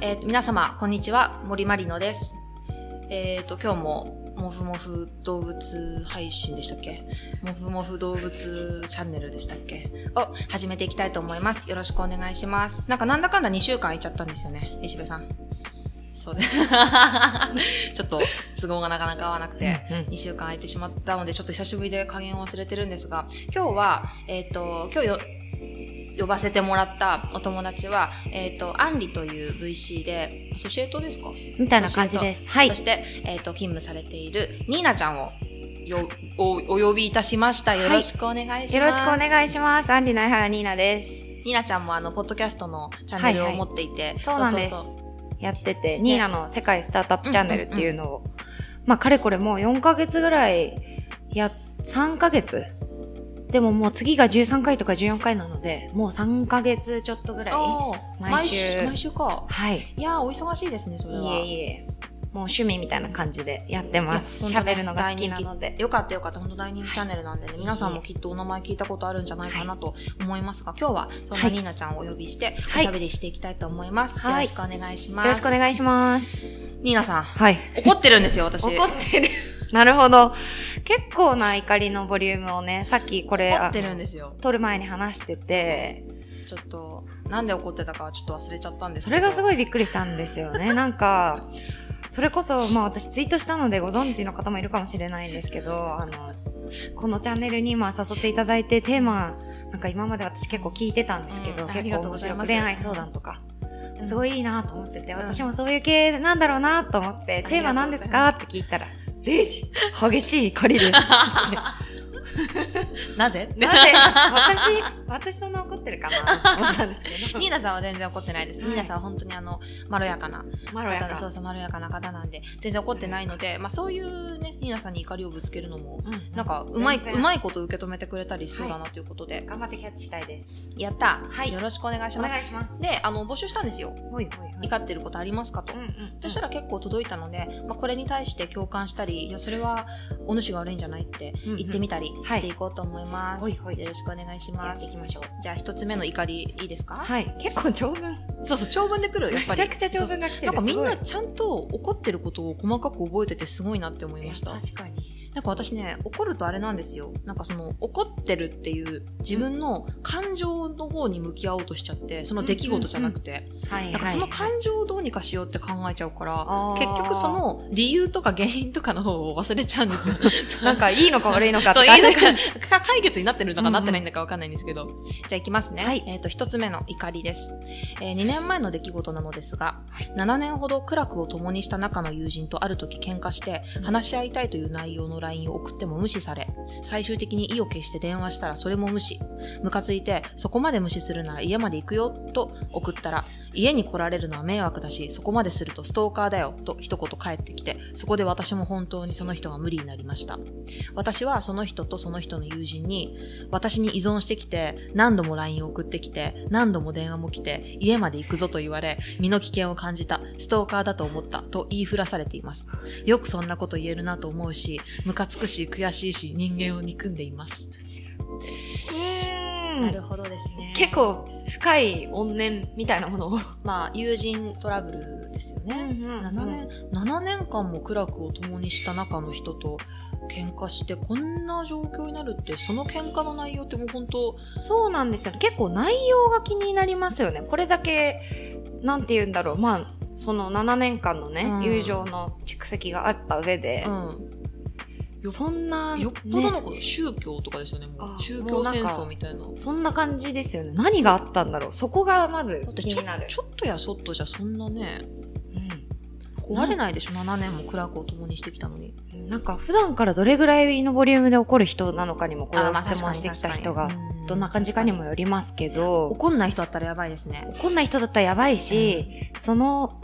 えー皆様、こんにちは。森まりのです。えっ、と、今日も、もふもふ動物配信でしたっけもふもふ動物チャンネルでしたっけを始めていきたいと思います。よろしくお願いします。なんか、なんだかんだ2週間空いちゃったんですよね、石部さん。そうね。 ちょっと、都合がなかなか合わなくて。うん2週間空いてしまったのでちょっと久しぶりで加減を忘れてるんですが今日は、えっと今日よ呼ばせてもらったお友達は、えっとアンリという VC でアソシエートですか、みたいな感じです。はいそ。して、えっと勤務されているニーナちゃんをよおお呼びいたしましたよろしくお願いします、よろしくお願いします。アンリの江原ニーナです。ニーナちゃんもあのポッドキャストのチャンネルはをいはい持っていて、そうなんです。そうやってて、ニーナの世界スタートアップチャンネルっていうのを、まあ、かれこれもう4ヶ月ぐらい、や、3ヶ月でももう次が13回とか14回なので、もう3ヶ月ちょっとぐらい。はおー毎週毎週かい。いいやーお忙しいですねそれはえいえ。もう趣味みたいな感じでやってます。いや本当喋るのが好きなので。よかったよかった、本当大人気チャンネルなんでね、皆さんもきっとお名前聞いたことあるんじゃないかなと思いますが、今日はそんなはいニーナちゃんをお呼びして、おはいしゃべりしていきたいと思います。はいよろしくお願いしまよす。ろしくお願いします。ニーナさん、はい。怒ってるんですよ、私。 怒ってる。なるほど。結構な怒りのボリュームをね、さっきこれ、怒ってるんですよあ。撮る前に話してて、ちょっと、なんで怒ってたかはちょっと忘れちゃったんですそけれど。がすい。ごいびっくりしたんですよ ね。なんか、それこそ、まあ私ツイートしたのでご存知の方もいるかもしれないんですけど、あの、このチャンネルにまあ誘っていただいてテーマ、なんか今まで私結構聞いてたんですけど、うんあり結が構とうご面ざい白ますく恋愛相談とか、うんすごいいいなと思ってて、ん私もそういう系なんだろうなと思って、うんテーマ何ですあかって聞いたら、0時、激しい怒りです。 なぜ。なぜ私、私そんな怒ってるかなと思ったんですけ どニーナさんは全然怒ってないです。はいニーナさんは本当にあの、まろやかなまろや方で、かそうそう、まろやかな方なんで、全然怒ってないので、まあそういうね、ニーナさんに怒りをぶつけるのも、うんなんか、うまい、全然うまいこと受け止めてくれたりしそうだなということで、頑張ってキャッチしたいです。やった、はいよろしくお願いしおます。願いします。で、あの、募集したんですよ。ほいほいほい。怒ってることありますかと。うんうん。そしたら結構届いたので、まあ、これに対して共感したり、いや、それはお主が悪いんじゃないってうんうん言ってみたりしていこうと思います。はいほいほいよろしくお願いしやまってすい。きましょう。じゃあ一つ目の怒りいいですか、はい。結構長文。そうそう、長文で来る、やめっぱちり。ゃくちゃ長そう文が来そてうなる。んかみんすなちゃんと怒ってることを細かく覚えててすごいなって思ごいいました。いや確かに。なんか私ね、怒るとあれなんですよ。なんかその、怒ってるっていう自分の感情の方に向き合おうとしちゃって、その出来事じゃなくて、はいなんかその感情をどうにかしようって考えちゃうから、あー結局その理由とか原因とかの方を忘れちゃうんですよ。なんかいいのか悪いのかそう、いいのと かねか、か解決になってるのうんうかんなってないんだかわかんないんですけど。じゃあいきますね。はいえっ、と、一つ目の怒りです。えー、2年前の出来事なのですが、はい7年ほど苦楽を共にした仲の友人とある時喧嘩して、うん話し合いたいという内容の LINE を送っても無視され、最終的に意を決して電話したらそれも無視。ムカついて、そこまで無視するなら家まで行くよ、と送ったら、家に来られるのは迷惑だし、そこまでするとストーカーだよ、と一言返ってきて、そこで私も本当にその人が無理になりました。私はその人とその人の友人に、私に依存してきて、何度も LINE を送ってきて、何度も電話も来て、家まで行くぞと言われ、身の危険を感じた、ストーカーだと思った、と言いふらされています。よくそんなこと言えるなと思うし、ムカつくし、悔しいし、人間を憎んでいます。 うーんほどですね結、構深い怨念みたいなものを。まあ、友人トラブルですよね。7年7年間も苦楽を共にした中の人と喧嘩してこんな状況になるってその喧嘩の内容ってもう本当そうなんですよ結構内容が気になりますよねこれだけなんて言うんだろうまあその7年間のね、うん友情の蓄積があった上で、うよそんな、ん、よっぽどねのこと、宗教とかですよねもあう宗もう教なん戦か争みたいな。そんな感じですよね何があったんだろうそこがまずだって気ちょになるちょっとやそっとじゃそんなねう壊れないでしょ7年も苦楽を共にしてきたのにん、なんか普段からどれぐらいのボリュームで怒る人なのかにもこあうまあ質問してきた人がうんどんな感じかにもよりますけど怒んない人だったらやばいですねこんな人だったらやばいし、その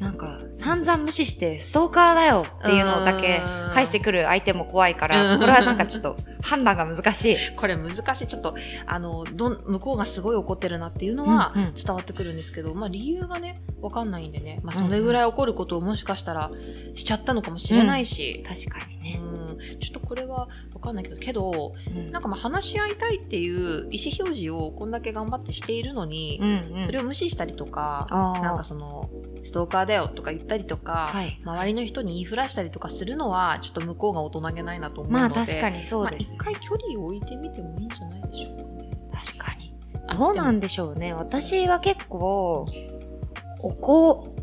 なんか散々無視してストーカーだよっていうのだけうん返してくる相手も怖いかうらんこれはなんかちょっと判断が難しい。これ難しいちょっとあのどん向こうがすごい怒ってるなっていうのはうんうん伝わってくるんですけど、まあ、理由がねわかんないんでね、まあ、うんうそんれぐらい怒ることをもしかしたらしちゃったのかもしれないし、確かにね。うん、ちょっとこれは分かんないけどけどうんなんかまあ話し合いたいっていう意思表示をこんだけ頑張ってしているのにう、んうん、それを無視したりとか、あーなんかそのストーカーだよとか言ったりとか、はい、周りの人に言いふらしたりとかするのはちょっと向こうが大人げないなと思うのまであ確かにそうまあです、一回距離を置いてみてもいいんじゃないでしょうかね。確かにあどうなんでしょうね私は結構おこ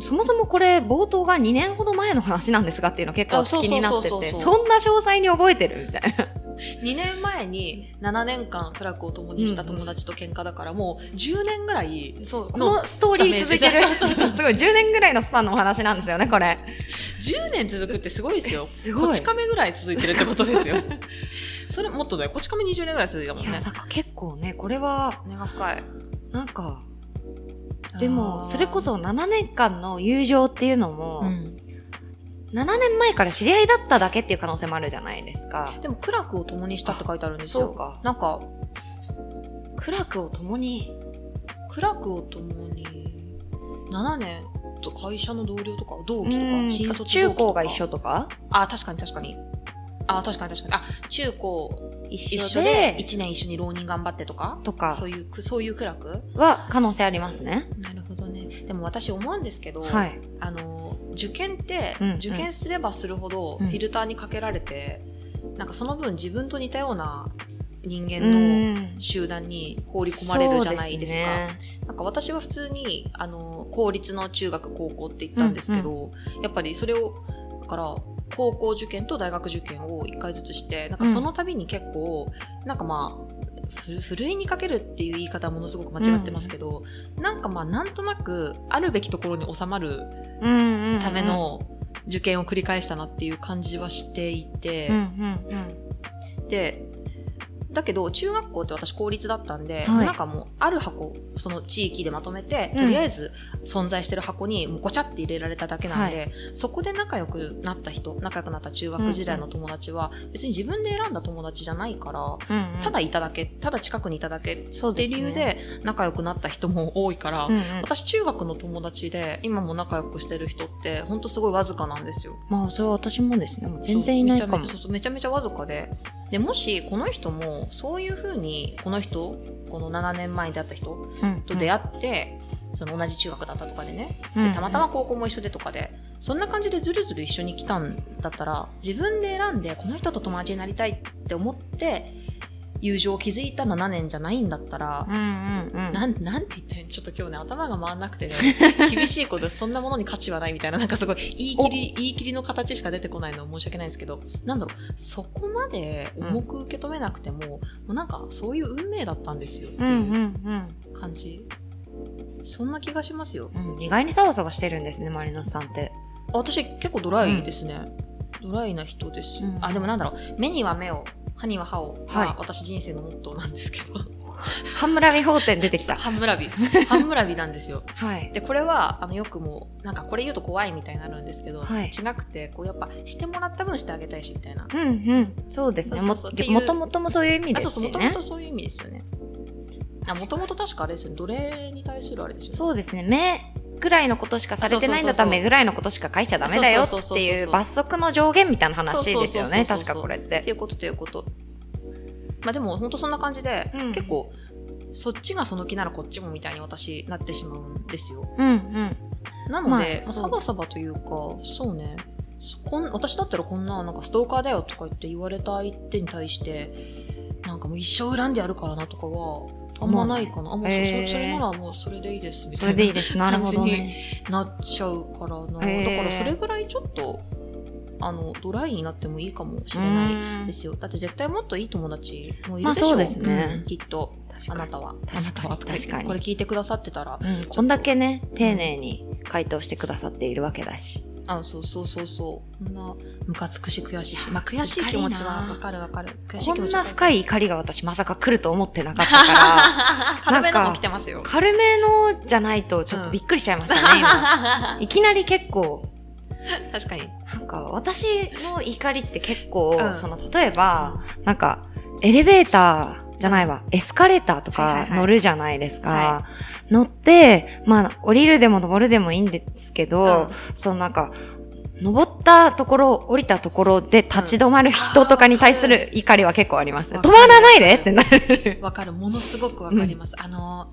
そもそもこれ冒頭が2年ほど前の話なんですがっていうの結構あ私そうそう気そうになっててそうそんな詳細に覚えてるみたいな2年前に7年間苦楽を共にした友達と喧嘩だから、もう10年ぐらいそうこののストーリー続いてるそうそうそうすごい10年ぐらいのスパンのお話なんですよねこれ10年続くってすごいですよ すこごいち亀ぐらい続いてるってこと ですよそれもっとだよこち亀20年ぐらい続いたもんいやねなんか結構ねこれは根が深いなんかでもそれこ、そ7年間の友情っていうのも、うん、 7年前から知り合いだっただけっていう可能性もあるじゃないですかでも苦楽を共にしたって書いてあるんですよそうかなんか苦楽を共に苦楽を共に7年と会社の同僚とか同期とか新卒同期とか中高が一緒とかあ確かに確かにあ確かに確かにあ中高一一緒緒でで1年一緒に浪人頑張ってとかとかそういうくそういう苦楽は可能性ありますねなるほどねでも私思うんですけど、はいあの受験って、うんうん受験すればするほどフうんィルターにかけられて、なんかその分自分と似たような人う間のん集団に放り込まれるじゃないですか。そうですねなんか私は普通にあの公立の中学高校って言ったんですけど、やっぱりそれをだから高校受験と大学受験を1回ずつしてなんかその度に結構、なんかまあふふるいにかけるっていう言い方はものすごく間違ってますけど、なんかまあなんとなくあるべきところに収まるうんうんうんための受験を繰り返したなっていう感じはしていて、うんうんでだけど中学校って私公立だったんで、はいなんかもうある箱その地域でまとめて、うとんりあえず存在してる箱にもうごちゃって入れられただけなんで、そこで仲良くなった人仲良くなった中学時代の友達は、別に自分で選んだ友達じゃないから。うんうんただいただけただ近くにいただけってそうです理ね由で仲良くなった人も多いから、うんうん私中学の友達で今も仲良くしてる人ってほんとすごいわずかなんですよまあそれは私もですねもう全然いないかもそうめちゃめちゃそうそうめちゃめちゃわずかででもしこの人もそういう風にこの人この7年前に出会った人と出会会って、その同じ中学だったとかでねっでたまたま高校も一緒でとかでそんな感じでずるずる一緒に来たんだったら自分で選んでこの人と友達になりたいって思って友情を築いた7年じゃないんだったらう、んうんうんなんなんて言ったらいいのちょっと今日ね頭が回んなくて ね厳しいことそんなものに価値はないみたいななんかすごい言い切り言い切りの形しか出てこないの申し訳ないんですけどなんだろうそこまで重く受け止めなくても,、もうなんかそういう運命だったんですよってういんううん感じ、そんな気がしますようんうん意外にサワサワしてるんですねマリノスさんってあ私結構ドライですね、ドライな人です、うんあでもなんだろう目には目を歯には歯を、はいまあ私人生のモットーなんですけど半村美法店出てき た半村美半村美なんですよはいでこれはあのよくもうなんかこれ言うと怖いみたいになるんですけど、はい違くてこうやっぱしてもらった分してあげたいしみたいな、うんうんそうですねそうもそうそうっていうもともともそういう意味あでそうそすうしもとねもとそういう意味ですよねあもともと確かあれですよね奴隷に対するあれですよねそうですね目ぐらいのことしかされてないんだったそうそうそうそうら目ぐらいのことしか書いちゃダメだそようそうっそうそうてそういう罰則の上限みたいな話ですよそうねそうそうそうそう確かこれっってていうことということまあでも本当そんな感じで、うん結構そっちがその気ならこっちもみたいに私なってしまうんですようんうんなので、まあまあそうサバサバというかそうねそこん私だったらこんななんかストーカーだよとか言って言われた相手に対してなんかもう一生恨んでやるからなとかはあんまないかな、あもうそ,、へーそれならもうそれでいいですみそたれいでないいですなるほど感ねなっちゃうからな、へーだからそれぐらいちょっとあのドライになってもいいかもしうれないんですよだって絶対もっといい友達もいるでしょ、まあそうですねんきっと確あかなにたは確あかになたはとか言って確かにこれ聞いてくださってたらうんこんだけね丁寧に回答してくださっているわけだしあそうそうそうそうこんなムカつくし悔しいしまあ悔しい気持ちはわかるわかる悔しいこ気持んちなは深い怒りが私まさか来ると思ってなかった からら軽めのも来てますよ軽めのじゃないとちょっとびっくりしちゃいましたね今確 いきなり結構かになんか私の怒りって結構、うんその例えば、なんかエレベーターじゃないわエスカレーターとはいはいかはい乗るじゃないですか、は乗ってまあ降りるでも登るでもいいんですけど、うんそのなんか登ったところ、降りたところで立ち止まる人とかに対する怒りは結構あります。うんあー止まらないでってなる。わかる。ものすごくわかります。あの、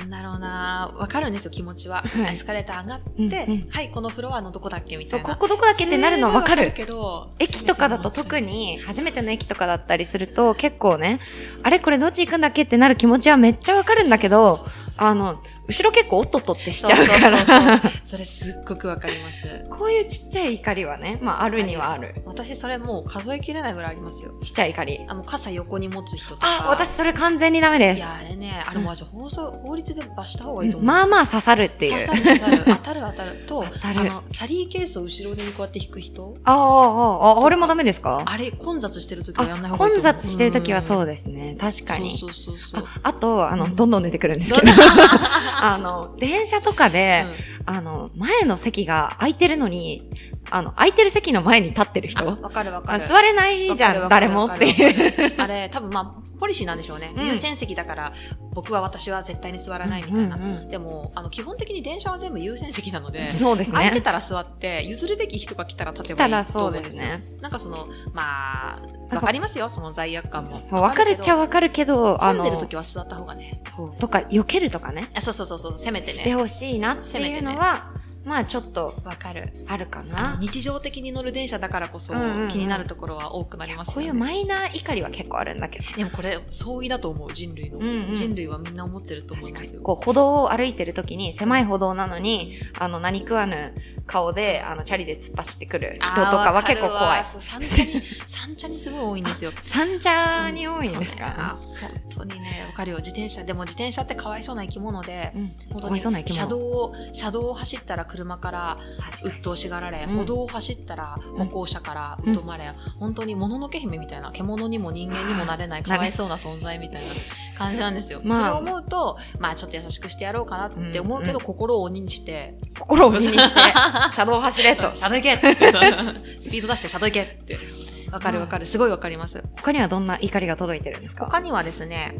なんだろうな、わかるんですよ、気持ちは。はいエスカレーター上がって、うんうんはい、このフロアのどこだっけみたそう、いな。ここどこだっけってなるのわかる。けど駅とかだと特に、初めての駅とかだったりすると結構ね、あれこれどっち行くんだっけってなる気持ちはめっちゃわかるんだけど、あの、後ろ結構おっとっとってしちゃうから。そうそうそうそうそれすっごくわかりますこういうちっちゃい怒りはね、まああるにはある。私それもう数えきれないぐらいありますよちっちゃい怒り。あの傘横に持つ人とかあ、私それ完全にダメでいす。やあれねあれも私放送法律で罰した方がいいと思う、まああまあ刺さるってい刺うさ。る 刺さる当たる当たると当たるあのキャリーケースを後ろにこうやって引く人ああ、ああ、あれもダメですかあれ混雑してる時はやんないあ方がいいと思混う雑してる時はそううんですね。確かに。そうそうそうそうああと、あうの、んどんどん出てくるんですけどどん、 あの、電車とかで、あの、前の席が空いてるのに、あの、空いてる席の前に立ってる人、うんあわかるわかある座れないじゃん、わか誰るもわっかるていう。あれ多分まあポリシーなんでしょうね、うん優先席だから僕は私は絶対に座らないみたいな、うんうんうんでもあの基本的に電車は全部優先席なのでそうです空いてね。たら座って譲るべき人が来たら立て来ばたいいらと思そううんでですすよね。なんかそのまんあかわかりますよその罪悪感もそう、わかるっちゃわわかるけど、あかるけど混んでるの、時は座った方がねそう、とか、避けるとかね、あそうそうそうそうせめてしてねほしいなっていうのは、まあちょっとわかるあるかあのな。日常的に乗る電車だからこそうんうんうん気になるところは多くなりますこよういねうマイナー怒りは結構あるんだけど。でもこれ相違だと思う人類の、うんうん人類はみんな思ってると思いますよこう歩道を歩いてる時に狭い歩道なのにあの何食わぬ顔であのチャリで突っ走ってくる人とかは結構怖いあーわかるわそう三茶に三茶にすごい多いん ですよ三茶に多いんですか、そうねあー本当にねわかるよ自転車でも自転車ってかわいそうな生き物でうん、本当かわいにそうな生き車道物を車道を走ったら車から確かに鬱陶しがられ、うん歩道を走ったら歩行者から疎まれ、本当にもののけ姫みたいな獣にも人間にもなれないなれかわいそうな存在みたいな感じなんですよ、 まあそれを思うとまあちょっと優しくしてやろうかなって思うけど、うんうん心を鬼にして心を鬼にして 車道を走れと車道行けって スピード出して車道行けってわかるわかるすごいわかります他にはどんな怒りが届いてるんですか、他にはですね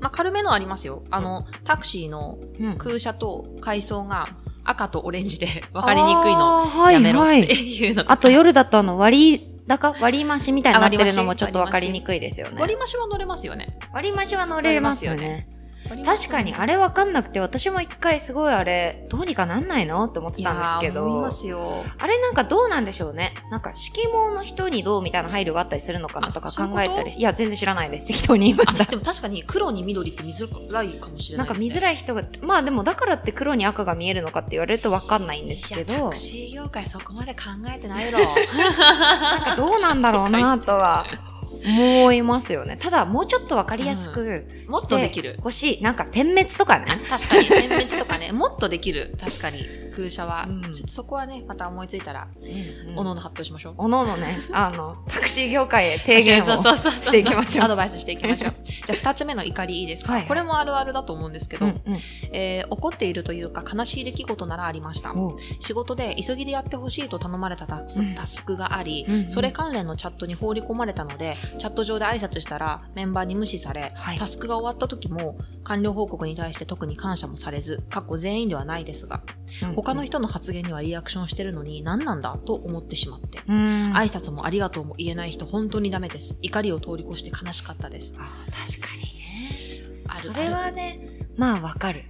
まあ軽めのありますよあのタクシーのうん空車と階層が赤とオレンジで分かりにくいのあーはいやめろっはていいうのあと夜だとあの割高割り増しみたいになってるのもあ割り増しちょっと分かりにくいですよね割り増しは乗れますよね割り増しは乗れますよね確かにあれれ分かんなくて私も一回すごいあれどうにかなんないのって思っていたんやですけー思いまどすよあれなんかどうなんでしょうねなんか色毛の人にどうみたいな配慮があったりするのかなとかあそういうこ考とえたりいや全然知らないです適当に言いま したあでも確かに黒に緑って見づらいかもしれななんいでかす、見ね、づらい人がまあでもだからって黒に赤が見えるのかって言われると分かんないんですけいやタどクシー業界そこまで考えて ないろなんかどうなんだろうなとは思いますよねただもうちょっと分かりやすくもっとできる欲しいなんか点滅とかね確かに点滅とかねもっとできる確かに空車は、うんちょっとそこはねまた思いついたらうんおのおの発表しましょうおのおのねあのタクシー業界へ提言をそうそうそうそうしていきましょうアドバイスしていきま しょうじゃあ2つ目の怒りいいですか、はいはいこれもあるあるだと思うんですけうど、んうんえー怒っているというか悲しい出来事ならありましたおう仕事で急ぎでやってほしいと頼まれたタス,、うんタスクがあり、うんうんそれ関連のチャットに放り込まれたのでチャット上で挨拶したらメンバーに無視され、はいタスクが終わった時も完了報告に対して特に感謝もされず過去全員ではないですが他の人の発言にはリアクションしてるのに何なんだと思ってしまってうん挨拶もありがとうも言えない人本当にダメです怒りを通り越して悲しかったですあ確かにねあるそれあはねまあわかる、る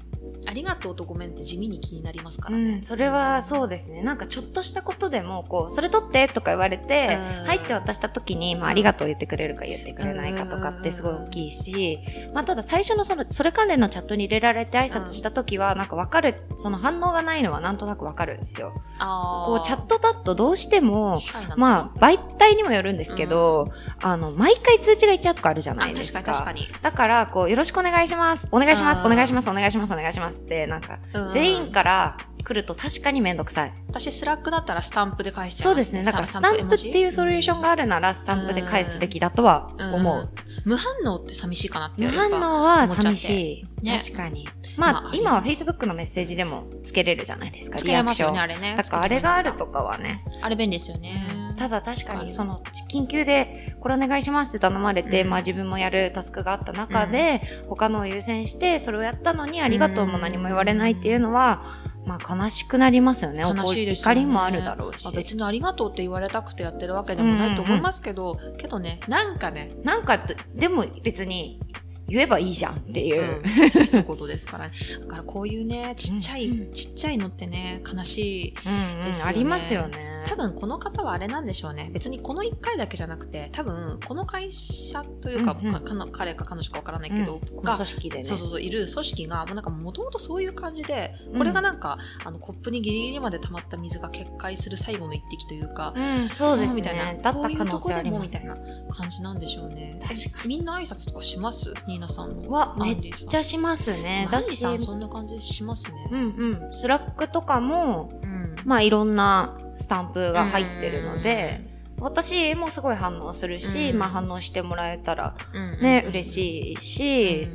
ありがとうとごめんって地味に気になりますかうらね、ん、それはそうですねなんかちょっとしたことでもこう「それ取って」とか言われてうん入って渡した時に、まあ、ありがとう言ってくれるか言ってくれないかとかってすごい大きいし、まあ、ただ最初のそのそれ関連のチャットに入れられて挨拶した時はなんかわかるその反応がないのはなんとなくわかるんですよ。あーこうチャットだとどうしてもシャイなのまあ媒体にもよるんですけど、あの毎回通知がいっちゃうとかあるじゃないあです確かかに確かにだからこうよろしくお願いしますお願いしますうんお願いしますお願いしますお願いしますってなんかうん全員から来ると確かに面倒くさい私スラックだったらスタンプで返しちゃそうですねだからスタンプっていうソリューションががあるならスタンプで返すべきだとは思う無反応って寂しいかなって無やっぱ反応は寂しい、ね確かにまあ、まあ今は Facebook のメッセージでもつけれるじゃないですかつリけアれクますショよン、ねあれねだからあれがあるつけとかはねれますあれ便利ですよねただだ確かわかにるその緊急でこれお願いしますって頼まれて、うんまあ自分もやるタスクがあった中で、他のを優先してそれをやったのにありがとうも何も言われないっていうのは、まあ悲しくなりますよね悲しいですよね怒りもあるだろうしまあ、別にありがとうって言われたくてやってるわけでもないと思いますけど、けどねなんかね、なんかとでも別に言えばいいじゃんってういんう、、一言ですから、ね、だからこういうねちっちゃい、うんちっちゃいのってね悲しいうんうんですよねありますよね多分この方はあれなんでしょうね別にこの1回だけじゃなくて多分この会社というか,うんうんか、かの彼か彼女かわからないけど、うんこのが組織でねそうそうそういる組織がもうなんかもともとそういう感じでこれがなんか、あのコップにギリギリまで溜まった水が決壊する最後の一滴というか、うん、そうですみねたいなだこったういう可と能こ性あでりもまみすたいな感じなんでしょうね確かえみんな挨拶とかしますニーナさんもはめっめちゃしますねだだしさんそんな感じしますうねんうんスラックとかもうんまあいろんなスタンプが入ってるので、私もすごい反応するし、うんまあ反応してもらえたらうんうんね、うん嬉しいし、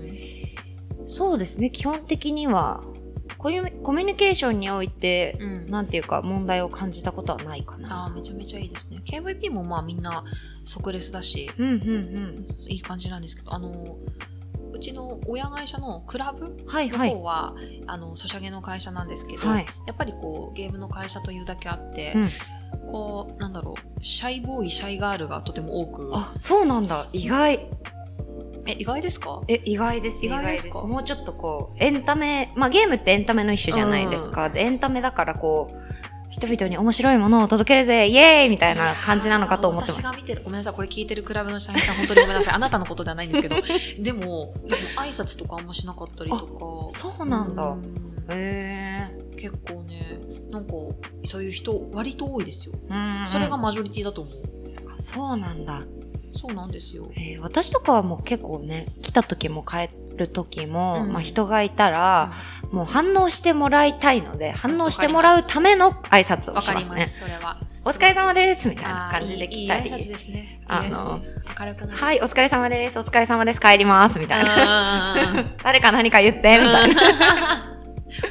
そうですね基本的にはコミュコミュニケーションにおいてう、んうんなんていうか問題を感じたことはないかな。あーめちゃめちゃいいですね KVP もまあみんな即レスだしうんうんうん。いい感じなんですけどあのうちの親会社のクラブはいのはい。方は、あのソシャゲの会社なんですけど、はい。やっぱりこうゲームの会社というだけあって、うんこうなんだろうシャイボーイシャイガールがとても多くあ、そうなんだ。意外。え意外ですかえ、意外です。意外ですかもうちょっとこう、エンタメ、まあゲームってエンタメの一種じゃないですか。でエンタメだからこう、人々に面白いものを届けるぜ、イエーイみたいな感じなのかと思ってまし私た。が見てるごめんなさいこれ聞いてるクラブの社員さん本当にごめんなさいあなたのことではないんですけどでもでも挨拶とかあんましなかったりとかそうなんだ。うんへえ。結構ねなんかそういう人割と多いですようんうんそれがマジョリティだと思う、あそうなんだ。そうなんですよえー私とかはもう結構ね来た時も帰る時も、うんまあ、人がいたら、もう反応してもらいたいので反応してもらうための挨拶をわしかまりすますねそれはお疲れ様ですみたいなあー感じで来たりいいいい挨拶ですねいいあ挨の拶明るくなるはいお疲れ様ですお疲れ様です帰りますみたいなうんうんうん誰か何か言ってみたいなうん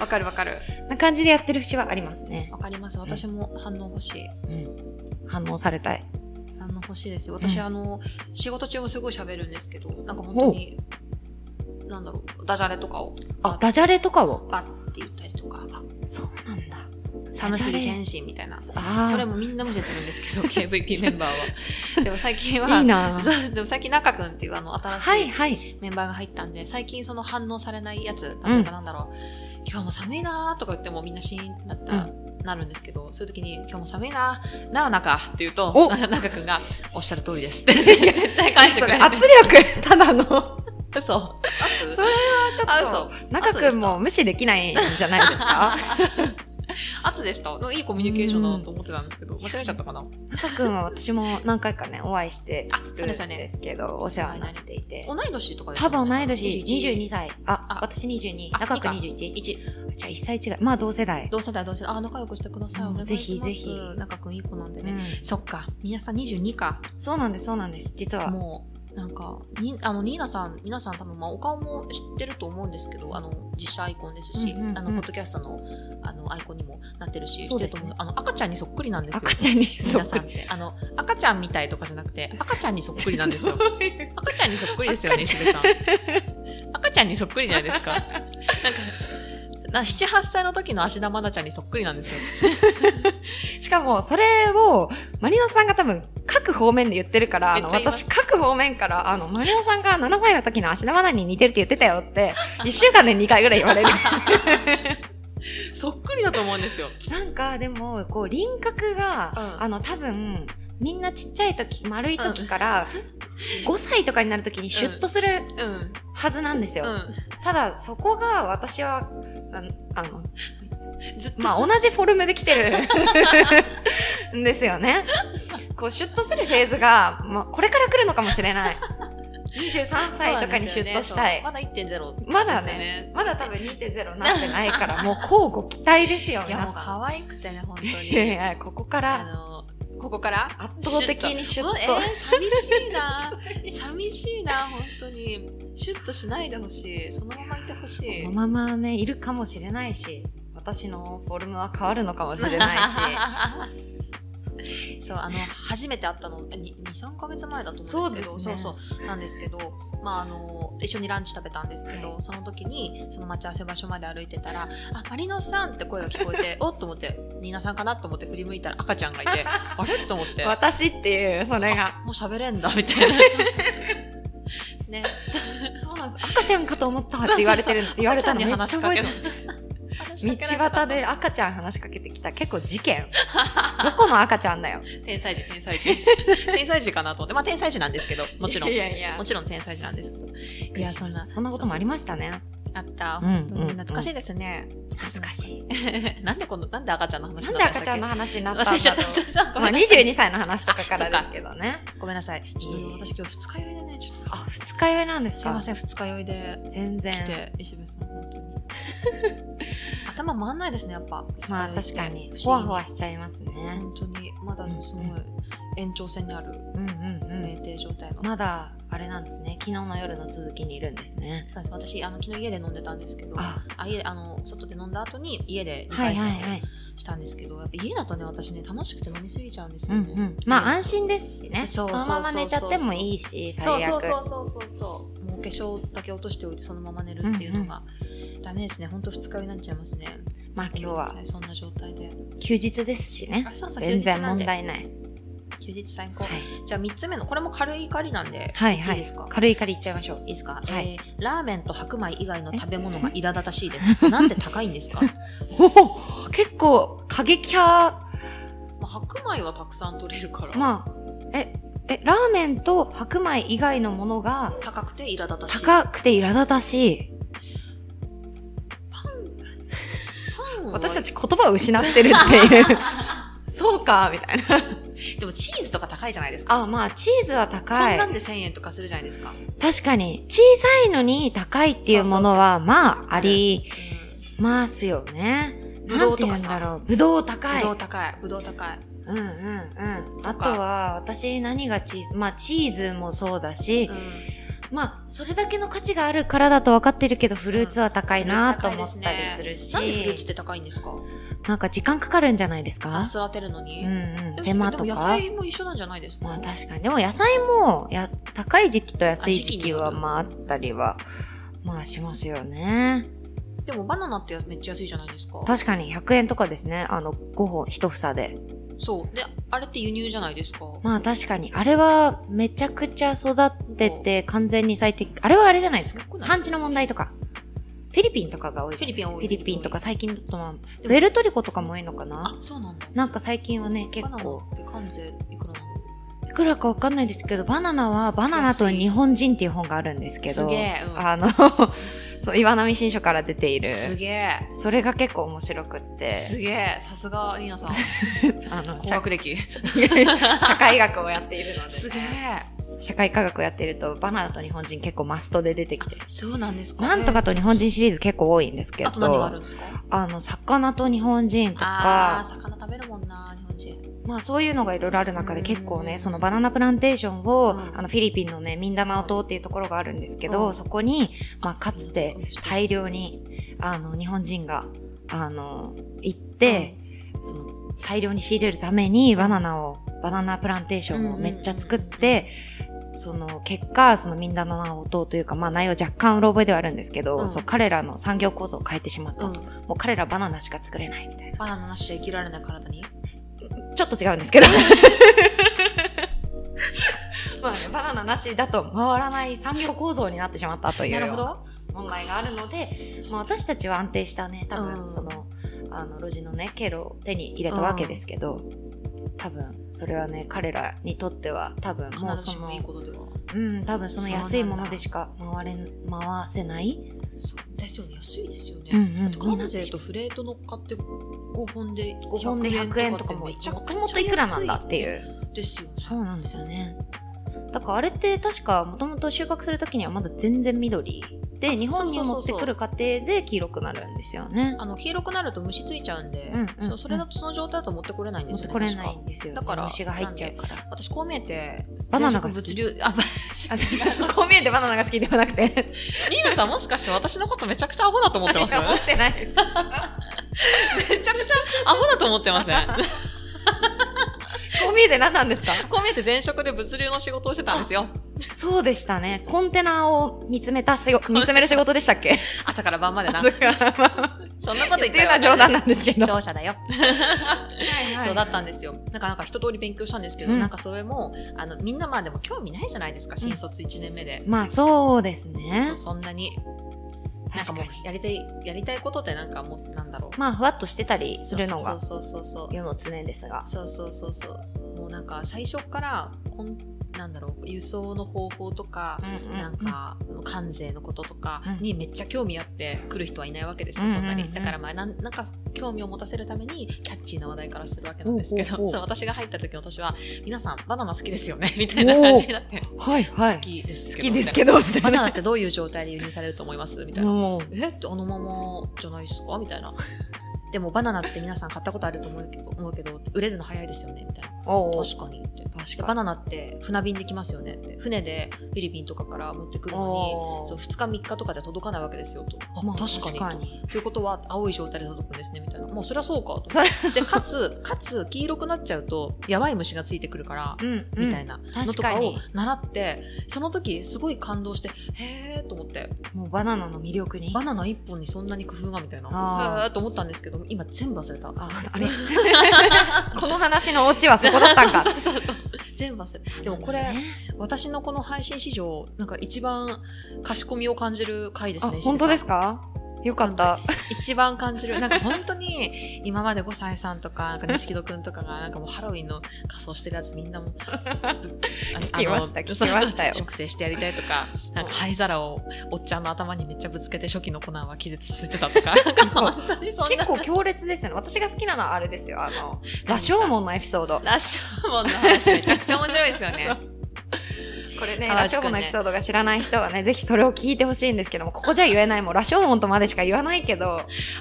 わかるわかるな感じでやってる節はありますね、わかります私も反応欲しいうん、反応されたい反応欲しいですよ私、うんあの仕事中もすごい喋るんですけどなんか本当になんだろうダジャレとかをあダジャレとかをバッて言ったりとかそうなんだ楽しみ天天心みたいなあそれももみんな無視するんです けど KVP メンバーはでも最近はいいなそうでも最近中くんっていうあの新しはいいはいメンバーが入ったんで、最近その反応されないやつ例えばなんだろう、今日も寒いなーとか言ってもみんなシーンってなった、うなるんですけどそういう時に「今日も寒いなーなあ中」って言うとおな中くんが「おっしゃる通りです」って絶対返してそくれれ圧力 ただの力そうそれはちょっあと中くんも無視できないんじゃないです か圧でしたなんかいいコミュニケーションだなと思ってたんですけど間違えちゃったかな中くんは私も何回かねお会いしてあそうるんですよねですけどお世話になっていて同い年とかです多よね分同い年21 22歳ああ私22あ中くんいい21 1じゃあ1歳違いまあ同世代同世代同世代あ仲良くしてください、うんお願いしますぜひぜひ中くんいい子なんでね、うんそっか皆さん22かそうなんですそうなんです実はもうなんかにあのニーナさん皆さん多分まあお顔も知ってると思うんですけどあの実写アイコンですし、うんうんうんあのポッドキャストのあのアイコンにもなってるしそうです知っねてると思あの赤ちゃんにそっくりなんですよ赤ちゃんに皆さんっってあの赤ちゃんみたいとかじゃなくて赤ちゃんにそっくりなん ですよくり赤ちゃんにそっくりですよね、しべさん。赤ちゃんにそっくりじゃないですか。なんか、な7、8歳の時の芦田愛菜ちゃんにそっくりなんですよ。しかもそれをマリノさんが多分各方面で言ってるからあめのっちゃ言います私各方面からあのマリノさんが7歳の時の芦田愛菜に似てるって言ってたよ って1週間で2回ぐらい言われるそっくりだと思うんですよ。なんかでもこう輪郭が、うんあの多分みんなちっちゃい時丸い時から、5歳とかになる時にシュッとするうん。うん。はずなんですよ、ただそこが私はああのずっと、まあ同じフォルムで来てる んですよね。こうシュッとするフェーズが、まあ、これから来るのかもしれない。23歳とかにシュッとしたい。そうなんですよねそうまだ1.0。まだですよね、まだ多分2.0なってないから、もう交互期待ですよ、いや、も皆うさ可愛くてね、本当ん。いやいに。や、ここかあらの、ここから圧倒的にシュッと。えー、寂しい な。寂しいな、本当に。シュッとしないでほしい。そのままいてほしい。このままね、いるかもしれ ないし、私のフォルムは変わるのかもしれないし。いそうあの初めて会ったの23か月前だと思うんですけどそそうですねうそうなんですけど、まあ、あの一緒にランチ食べたんですけど、はその時にその待ち合わせ場所まで歩いてたら「あマリノスさん」って声が聞こえ ておっと思ってニーナさんかなと思って振り向いたら赤ちゃんがいてあれと思って私っていうそれあがもう喋れんだみ たいなねそうなんです赤ちゃんかと思ったって言われてる言われたのめっちゃ覚えてるます道端で赤ちゃん話しかけてきた結構事 件どこの赤ちゃんだよ天才児天才児天才児かなと思ってまあ天才児なんですけどもちろんいやいやもちろん天才児なんですけどいやそんなそんなこともありましたねあった、うん本当うんに懐かしいですね、懐かしいなんでこのなんで赤ちゃんの話なんで赤ちゃんの話話になっ忘たんれちゃだっろたうごまあめんなさい22歳の話とかからですけどねごめんなさいちょっいえいえと私今日二日酔いでねちょっとあ二日酔いなんですすいかません二日酔いで全来然て石部さん本当 に頭回んないですねやっぱまあ確かに不ほわ思ほ議わしちゃいますね本当にまだねすごい延長線にあるうんうんうん酩酊状態の、まだあれなんですね昨日の夜の続きにいるんですねそうなんです私あの昨日家で飲んでたんですけどああ家であの外で飲んだ後に家で2はい回はいは戦いしたんですけど、やっぱ家だとね私ね楽しくて飲みすぎちゃうんですうよんね、うんまあ安心ですしねそそうそうそうそのうまま寝ちゃってもいいし最悪そうそうそうそうそうそうもうお化粧だけ落としておいてそのまま寝るっていうのが、ダメですねほんと二日酔いになっちゃいますねまあ今日はそんな状態で休日ですしねあそうそう全然休日なん問で題ない休日最高、はいじゃあ3つ目のこれも軽い怒りなんで、はいいはいいですか軽いからいっちゃいましょういいですか、はいえーラーメンと白米以外の食べ物が苛立たしいです。なんで高いんですか、ま おお結構過激派あ、白米はたくさん取れるから、まあええラーメンと白米以外のものが高くて苛立たしい。高くて苛立たしいパンは私たち言葉を失ってるっていう そうかみたいなでもチーズとか高いじゃないですか。あまあチーズは高こんいなんで1000円とかするじゃないですか。確かに小さいのに高いっていうものはまあありますよね。ぶどうとなかんてさ言うんだろう。ぶどう高ぶい。どうう高い。ぶどう高い。んうんうん。あとは私何がチーズまあチーズもそうだし、まあそれだけの価値があるからだと分かってるけどフルーツは高いなと思ったりするし、なんでフルーツって高いんですかなんか時間かかるんじゃないですあか。育てるのうに、んうん。で手も間でとも野か。菜も一緒なんじゃないですか、まあ確かにでも野菜もや高い時期と安いあ時期時に期よるはまああったりはまあしますよね。でもバナナってめっちゃ安いじゃないですか確かに100円とかですねあの5本1房でそうであれって輸入じゃないですか、まあ確かにあれはめちゃくちゃ育ってて完全に最適あれはあれじゃないですかすごくない産地の問題とかフィリピンとかが多いフィリピン多いフィリピンとか最近だとまあもベルトリコとかも多いのかなあそうなんだなんか最近はね結バナナ構って関税いくらなのいくらかわかんないですけどバナナは「バナナと日本人」っていう本があるんですけどすげえ、うんあの そう岩波新書から出ているすげえそれが結構面白くってすげえさすがニーナ さんあの高社学歴社会 学をやっているので、すげえ社会科学をやってるとバナナと日本人結構マストで出てきてそうなんですかなんとかと日本人シリーズ結構多いんですけあと何がどああるんですかの魚と日本人とあーか魚食べるもんな日本人まあそういうのがいろいろある中で結構うんねそのバナナプランテーションを、うんあのフィリピンのねミンダナオ島っていうところがあるんですけど、うんそこに、まあ、かつてうん大量にあの日本人があの行って、その大量に仕入れるためにバナナをバナナプランテーションをめっちゃ作って、その結果そのミンダナオ島というか、まあ、内容若干うろ覚えではあるんですけど、うんそう彼らの産業構造を変えてしまったうと、んもう彼らバナナしか作れないみたいなバナナなしじゃ生きられない体にちょっと違うんですけど まあねバナナなしだと回らない産業構造になってしまったというなるよほうなど問題があるので、まあ、私たちは安定したね多うん分その,、あの路地のね経路を手に入れたわけですけど、多分それはね彼らにとっては多分も必うずそしものいいことではうん多分その安いものでしか回れん回せない、そうですよね安いですよね、うんうん、関税とフレート乗っかって5本で5本で100円とかもめもちゃくちとゃもといくらなんだっていううですよねそうなんですよねだからあれって確かもともと収穫する時にはまだ全然緑で日本にそうそうそ持うっそてうくる過程で黄色くなるんですよねあの黄色くなると虫ついちゃうんで、うんうんうんそうそれだとその状態だと持ってこれないんで持っすてよねこれな確いかんですよ、ね、だから虫が入っちゃうから私こう見えてバナナが好き物流あばあ、違 う。こう見えてバナナが好きではなくて。ニーナさんもしかして私のことめちゃくちゃアホだと思ってます思って な い。めちゃくちゃアホだと思ってませんこう見えて何なんですかこう見えて前職で物流の仕事をしてたんですよ。そうでしたね。コンテナを見つめたしご、 見つめる仕事でしたっけ朝から晩までな そ。っかまあそんなこと言っっててい うのは冗談なんですけど。勝者だよ。はいそうだったんですよ。なんかなんか一通り勉強したんですけど、うんなんかそれもあのみんなまあでも興味ないじゃないですか新卒1年目で、まあそうですそねう。そんなになんか確かもうに。やりたいやりたいことってなんかもうなんだろうまあふわっとしてたりするのがそうそうそうそう世の常ですが。そうそうそうそうもうなんか最初からこんなんだろう輸送の方法とか、なんか関税のこととかにめっちゃ興味あって来る人はいないわけですよ、うんそんなうんうにんだからまあなんなんか興味を持たせるためにキャッチーな話題からするわけなんですけどおうおうおうそう私が入った時の私は皆さんバナナ好きですよ ねみたいな感じになって、はいは好い。きです好けきどですけどど、みたいバナナなっ。てどういう状態で輸入されると思いますみたいな。もうえってあのままじゃないですかみたい な。でもバナナって皆さん買ったことあると思うけど思うけど売れるの早いですよねみたいな。おう確かにって確でかバナナって船便で来ますよねって船でフィリピンとかから持ってくるのおにうそう2日3日とかじゃ届かないわけですよと、あまあ確かにということは青い状態で届くんですねみたいなもうそりゃそうかとそれ でかつかつ黄色くなっちゃうとやばい虫がついてくるから、うん、みたいな。なかにのとかを習ってその時すごい感動してへえと思ってもうバナナの魅力に。バナナ1本にそんなに工夫がみたいあなーへえと思ったんですけど今全部忘れたあ、 あれこの話のオチはそこだったんかそ。うそうそう全部忘れたでもこれ、私のこの配信史上なんか一番賢みを感じる回ですあ、ね本当ですかかよかった。一番感じるなんか本当に今まで5歳さんとかなんか錦戸くんとかがなんかもうハロウィンの仮装してるやつみんなもう聞きました聞きましたよ粛清してやりたいとかなんか灰皿をおっちゃんの頭にめっちゃぶつけて初期のコナンは気絶させてたとかなんか そ う本当にそん結な構強烈ですよね。私が好きなのはあれですよ。あの、羅生門のエピソード。ラッシュモンの話めちゃくちゃ面白 いですよねこれね、川羅内生くんね門のエピソードが知らない人はね、ぜひそれを聞いてほしいんですけども、ここじゃ言えない。もう羅生門とまでしか言わないけど。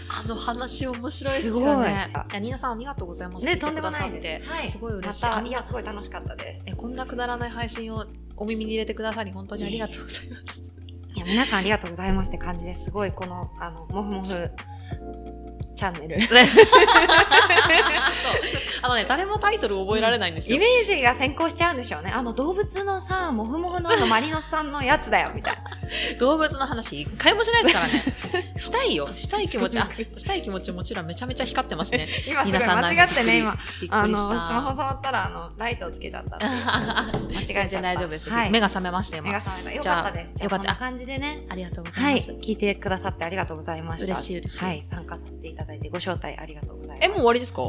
あの話面白いですすごよいねいやニーナさんありがとうございますね、聞てとんでもないくださっでてす。はい。すごい嬉しい。まあた、いや、すごい楽しかったです。えこんなくだらない配信をお耳に入れてくださり本当にありがとうござい ます。いや、皆さんありがとうございますって感じです。すごい、この、あの、もふもふチャンネル。あのね誰もタイトル覚えられないんですイよ。メージが先行しちゃうんでしょうね。あの、動物のさ、もふもふのあの、マリノスさんのやつだよ、みたい な。動物の話一回もしないですからね。したいよしたい気持ちあしたい気持ちもちろんめちゃめちゃ光ってますね。今すごい皆さん間違ってね、今。びっあくりの、しスマホた。触ったら、あの、ライトをつけちゃったっていう。間違えちゃっ た。全然大丈夫です。はい。目目がが覚めました今。覚めた。よかったです。じゃじあゃよかあ、そっんたな感じでね。ありがとうござはいいます。。聞いてくださってありがとうございました。嬉しい嬉しいはい。参加させていただいてご招待ありがとうございます。えもう終わりですか？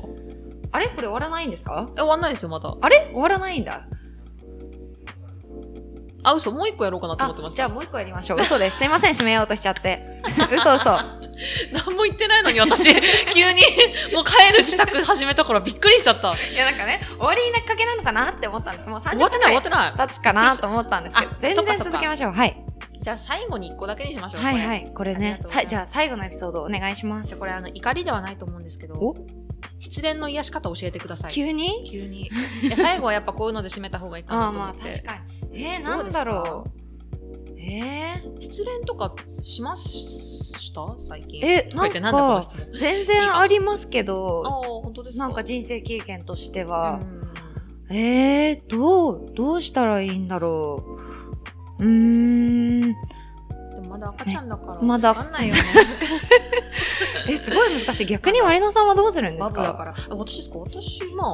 あれこれ終わらないんですかえ終わんないですよまだ。あれ終わらないんだ。あ嘘もう一個やろうかなと思あってまし、じたゃあ。もう一個やりましょう。嘘です。すいません、締めようとしち ゃって。嘘嘘。何も言ってないのに私 急にもう帰る自宅始めたからびっくりしちゃ った。いや、なんかね、終わりなかけなのかなって思ったんです。もう30終分わってない終わいってない。経つかなと思ったんですけどあ、全そっか然そっか続けましょう。はい。じゃあ最後に1個だけにしましょう。。はいはいい。これありがねとう、ございさますじゃあ最後のエピソードお願いしまじすゃあ。これあの怒りではないと思うんですけどお、失恋の癒し方を教えてください。急に急に。いや最後はやっぱこういうので締めた方がいいかあなあ、とま思 あって。確かに。えー、なんだろう。え失恋とかしました最近。ー、え、とな言っんてなんだこのか質問全然ありますけあど、あ、本当ですかなんか人生経験としてうは、んえー、どう、どうしたらいいんだろう。うーん。でもまだ赤ちゃんだから。まだわかんないよね。え、すごい難 しい。逆に割野さんはどうするんでバすブだかから。あ私ですか私、まあ、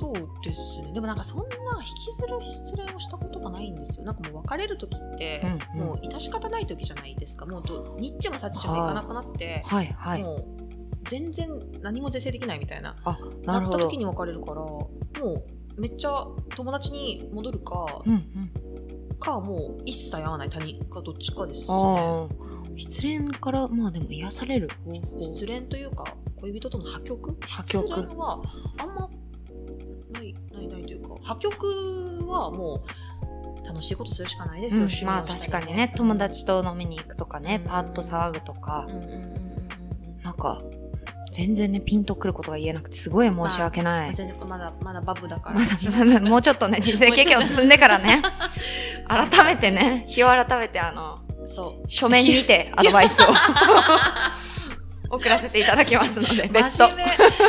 そうですね。でもなんかそんな引きずる失恋をしたことがないんですよ。なんかもう別れる時って、うんうんもう致し方ない時じゃないですか。もうど、ニッチもサッチもいかなくなって、はいはい。もう、全然何も是正できないみたいな。あ、ななるっほたど時。に別れるから、もう、めっちゃ友達に戻るか、うんうん。か、もう一切会わない他人かどっちかですね。ああ。失恋から、まあでも癒される方法。失恋というか恋人との破局破局失恋はあんまないないないというか破局はもう楽しいことするしかないですよ、うん、まあ確かにね友達と飲みに行くとかね、うんパッと騒ぐとかうんうんうんうんうんうんなんか全然ねピンとくることが言えなくてすごい申し訳ない、あ全然まだまだバブだから、まだ まだもうちょっとね人生経験を積んでからね改めてね日を改めてあのそ書面にてアドバイスを送らせていただきますのでう別真途面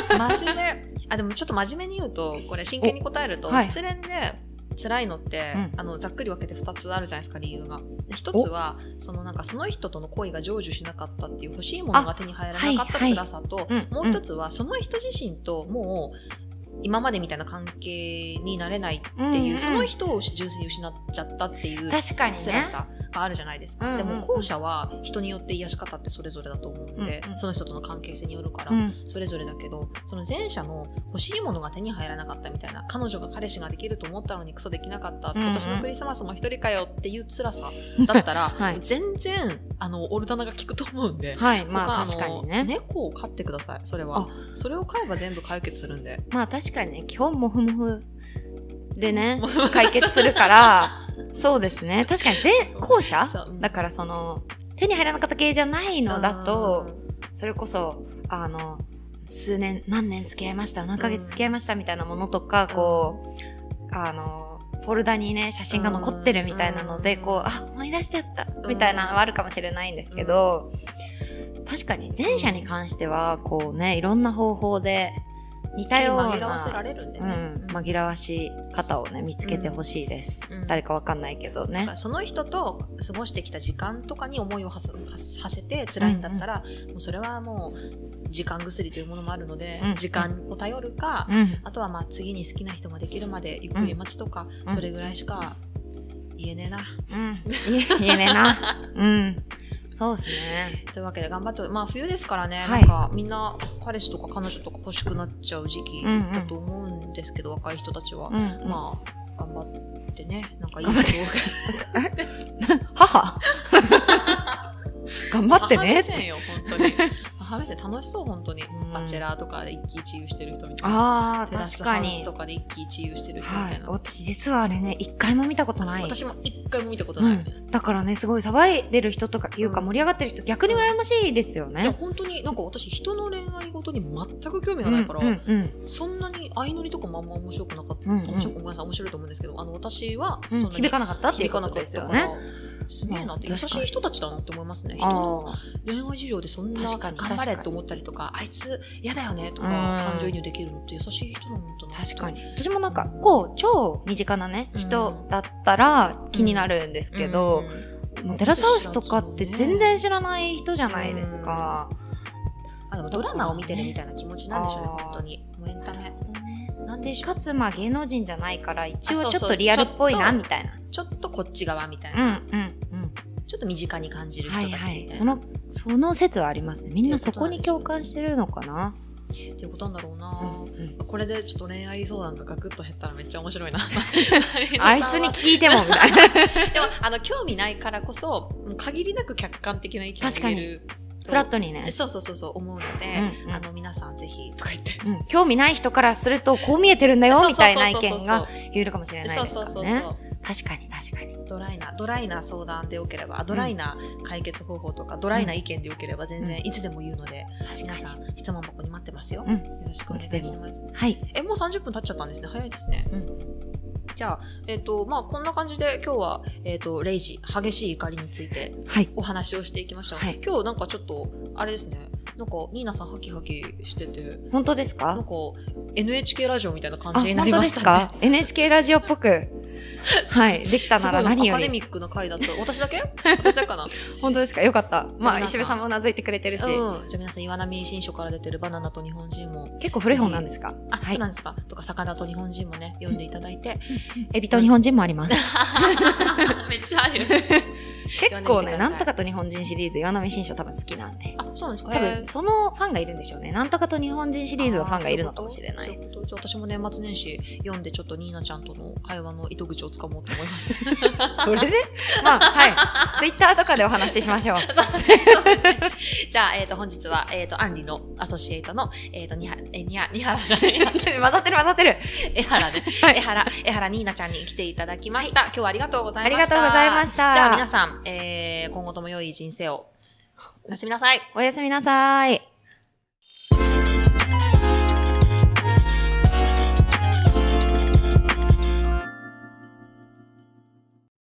目真面目あでもちょっと真面目に言うとこれ真剣に答えると、おはい失恋で辛いのって、うんあのざっくり分けて2つあるじゃないですか理由がで1つはそのなんかその人との恋が成就しなかったっていう欲しいものが手に入らなかったあはい辛さと、うんもう1つはその人自身ともう今までみたいな関係になれないってうんいう、うんその人を純粋に失っちゃったっていう確かにね辛さがあるじゃないですか、うんうんうんでも後者は人によって癒し方ってそれぞれだと思うんで、うんうんその人との関係性によるから、うんそれぞれだけどその前者の欲しいものが手に入らなかったみたいな彼女が彼氏ができると思ったのにクソできなかった、うんうん今年のクリスマスも一人かよっていう辛さだったら、 はい全然あのオルタナが効くと思うんで。はいまあ僕確かにあのね猫を飼ってくださいそれはあそれを飼えば全部解決するんでまあ確かにね今日もふもふでね解決する からそうですね確かに前そう後者そううんだからその手に入らなかった系じゃないのだとそれこそあの数年何年付き合いました何ヶ月付き合いましたみたいなものとか、こうあのフォルダにね写真が残ってるみたいなので、うんこうあ思い出しちゃったんみたいなのはあるかもしれないんですけど、確かに前者に関してはこうねいろんな方法で似た手よう紛らわせらな。れるんでうね、ん、うん紛らわし方をね見つけてほしいです、うん誰かわかんないけどね、その人と過ごしてきた時間とかに思いをはせはせて辛いんだったら、もうそれはもう時間薬というものもあるので、うん時間を頼るか、うんあとはまあ次に好きな人ができるまでゆっくり待つとか、うんそれぐらいしか言えねえな。うん、 言え言えねえなうんそうですねというわけで頑張ってまあ冬ですからね、はいなんかみんな彼氏とか彼女とか欲しくなっちゃう時期うんうんだと思うんですけど、若い人たちは。うんうんまあ頑張ってねなんかいい頑張って動画母 頑張ってね母目線よ本 当に母目線楽しそう本当に、うんバチェラーとかで一喜一憂してる人みたいなあテあラス確かハウスにとかで一喜一憂してる人みはたいいな、私実はあれね一回も見たことない私も一回も見たことない、うんだからねすごい騒いでる人とかいうかうん盛り上がってる人逆に羨ましいですよいやね本当になんか私人の恋愛事に全く興味がうんうないんから、うんそんなに相乗りとかもあんま面白くなかった、うんうん面白くごめんなさい面白いと思うんですけどあの私はそうんんなに響かなかったっていう響こかなとかでっすたよから、ねすげえなって優まあし確かにい人たちだなって思いますね人のあー恋愛事情でそんな確頑かに張れ確かにと思ったりとかあいつ嫌だよねとかうん感情移入できるのって優しい人なんだなって確かに私もなんかこう超身近なねうん人だったら気になるんですけど、うんもうテラスハウスとかって全然知らない人じゃないですか。あでもドラマを見てるみたいな気持ちなんでしょうねあー本当にもうエンタメなんででしょかつまあ芸能人じゃないから一あそ応うちそょうっとリアルっぽいちょなっとみたいな。うちょっとこっち側みたいうんな、うんちょっと身近に感じうん。るは人いたはちみい。たいそな、のその説はありますね。みんなそこに共感してるのかな。っていうことなんだろううな、んうんこれでちょっと恋愛相談がガクッと減ったらめっちゃ面白いな あいつに聞いても みたいな。でもあの興味ないからこそもう限りなく客観的な意見を確か言にえるフラットにね。そうそうそうそう思うので、うんうんあの皆さんぜひとか言って、 うん興味ない人からするとこう見えてるんだよみたいな意見が言えるかもしれなそいうですそうそうそうからそうね。確かに確かに。ドライなドライな相談でよければあドライな解決方法とか、ドライな意見でよければ全然ういつでも言うので、確皆さん質問箱に待ってますよ、うんよろしくお願いしますはい。えもう30分経っちゃったんですね早いですね、うんじゃあえっ、とまあこんな感じで今日はえっ、とレイジ激しい怒りについてはい。お話をしていきました、はい今日なんかちょっとあれですねなんかニーナさんハキハキしてて本当ですかなん。か NHK ラジオみたいな感あじにな本り当までしすたねか NHK ラジオっぽくはいできたすごないらなんか何アよカデりミックな回だ った私だけ私だけかな本当ですかよかったま皆あさん石部さんもうなずいてくれてるし、うん、じゃあ皆さん岩波新書から出てる「バナナと日本人も」結構古い本なんですかあ、はそういなんですかとか「魚と日本人」もね読んでいただい てエビと日本人もあり ますめっちゃある結構読んでみてくださいねなんとかと日本人シリーズ岩波新書多分好きなんであそうなんですか多へ分ーそのファンがいるんでしょうねなんとかと日本人シリーズのファンがいるのかもしれなあーそいううことそううことじゃあ私も年末年始読んでちょっとニーナちゃんとの会話の糸口をつかもうと思います それでまあはいツイッターとかでお話ししま しょうじゃあ、えー、と本日は、えー、とアンリのアソシエイトの、えー、とにはえにはにはらじゃない混ざってる混ざってる江原ね、はい江原江原ニーナちゃんに来ていただきました、今日はありがとうござあいりまがしたとうございましたじゃあ皆さん、えー今後とも良い人生をおやすみなさいおやすみなさい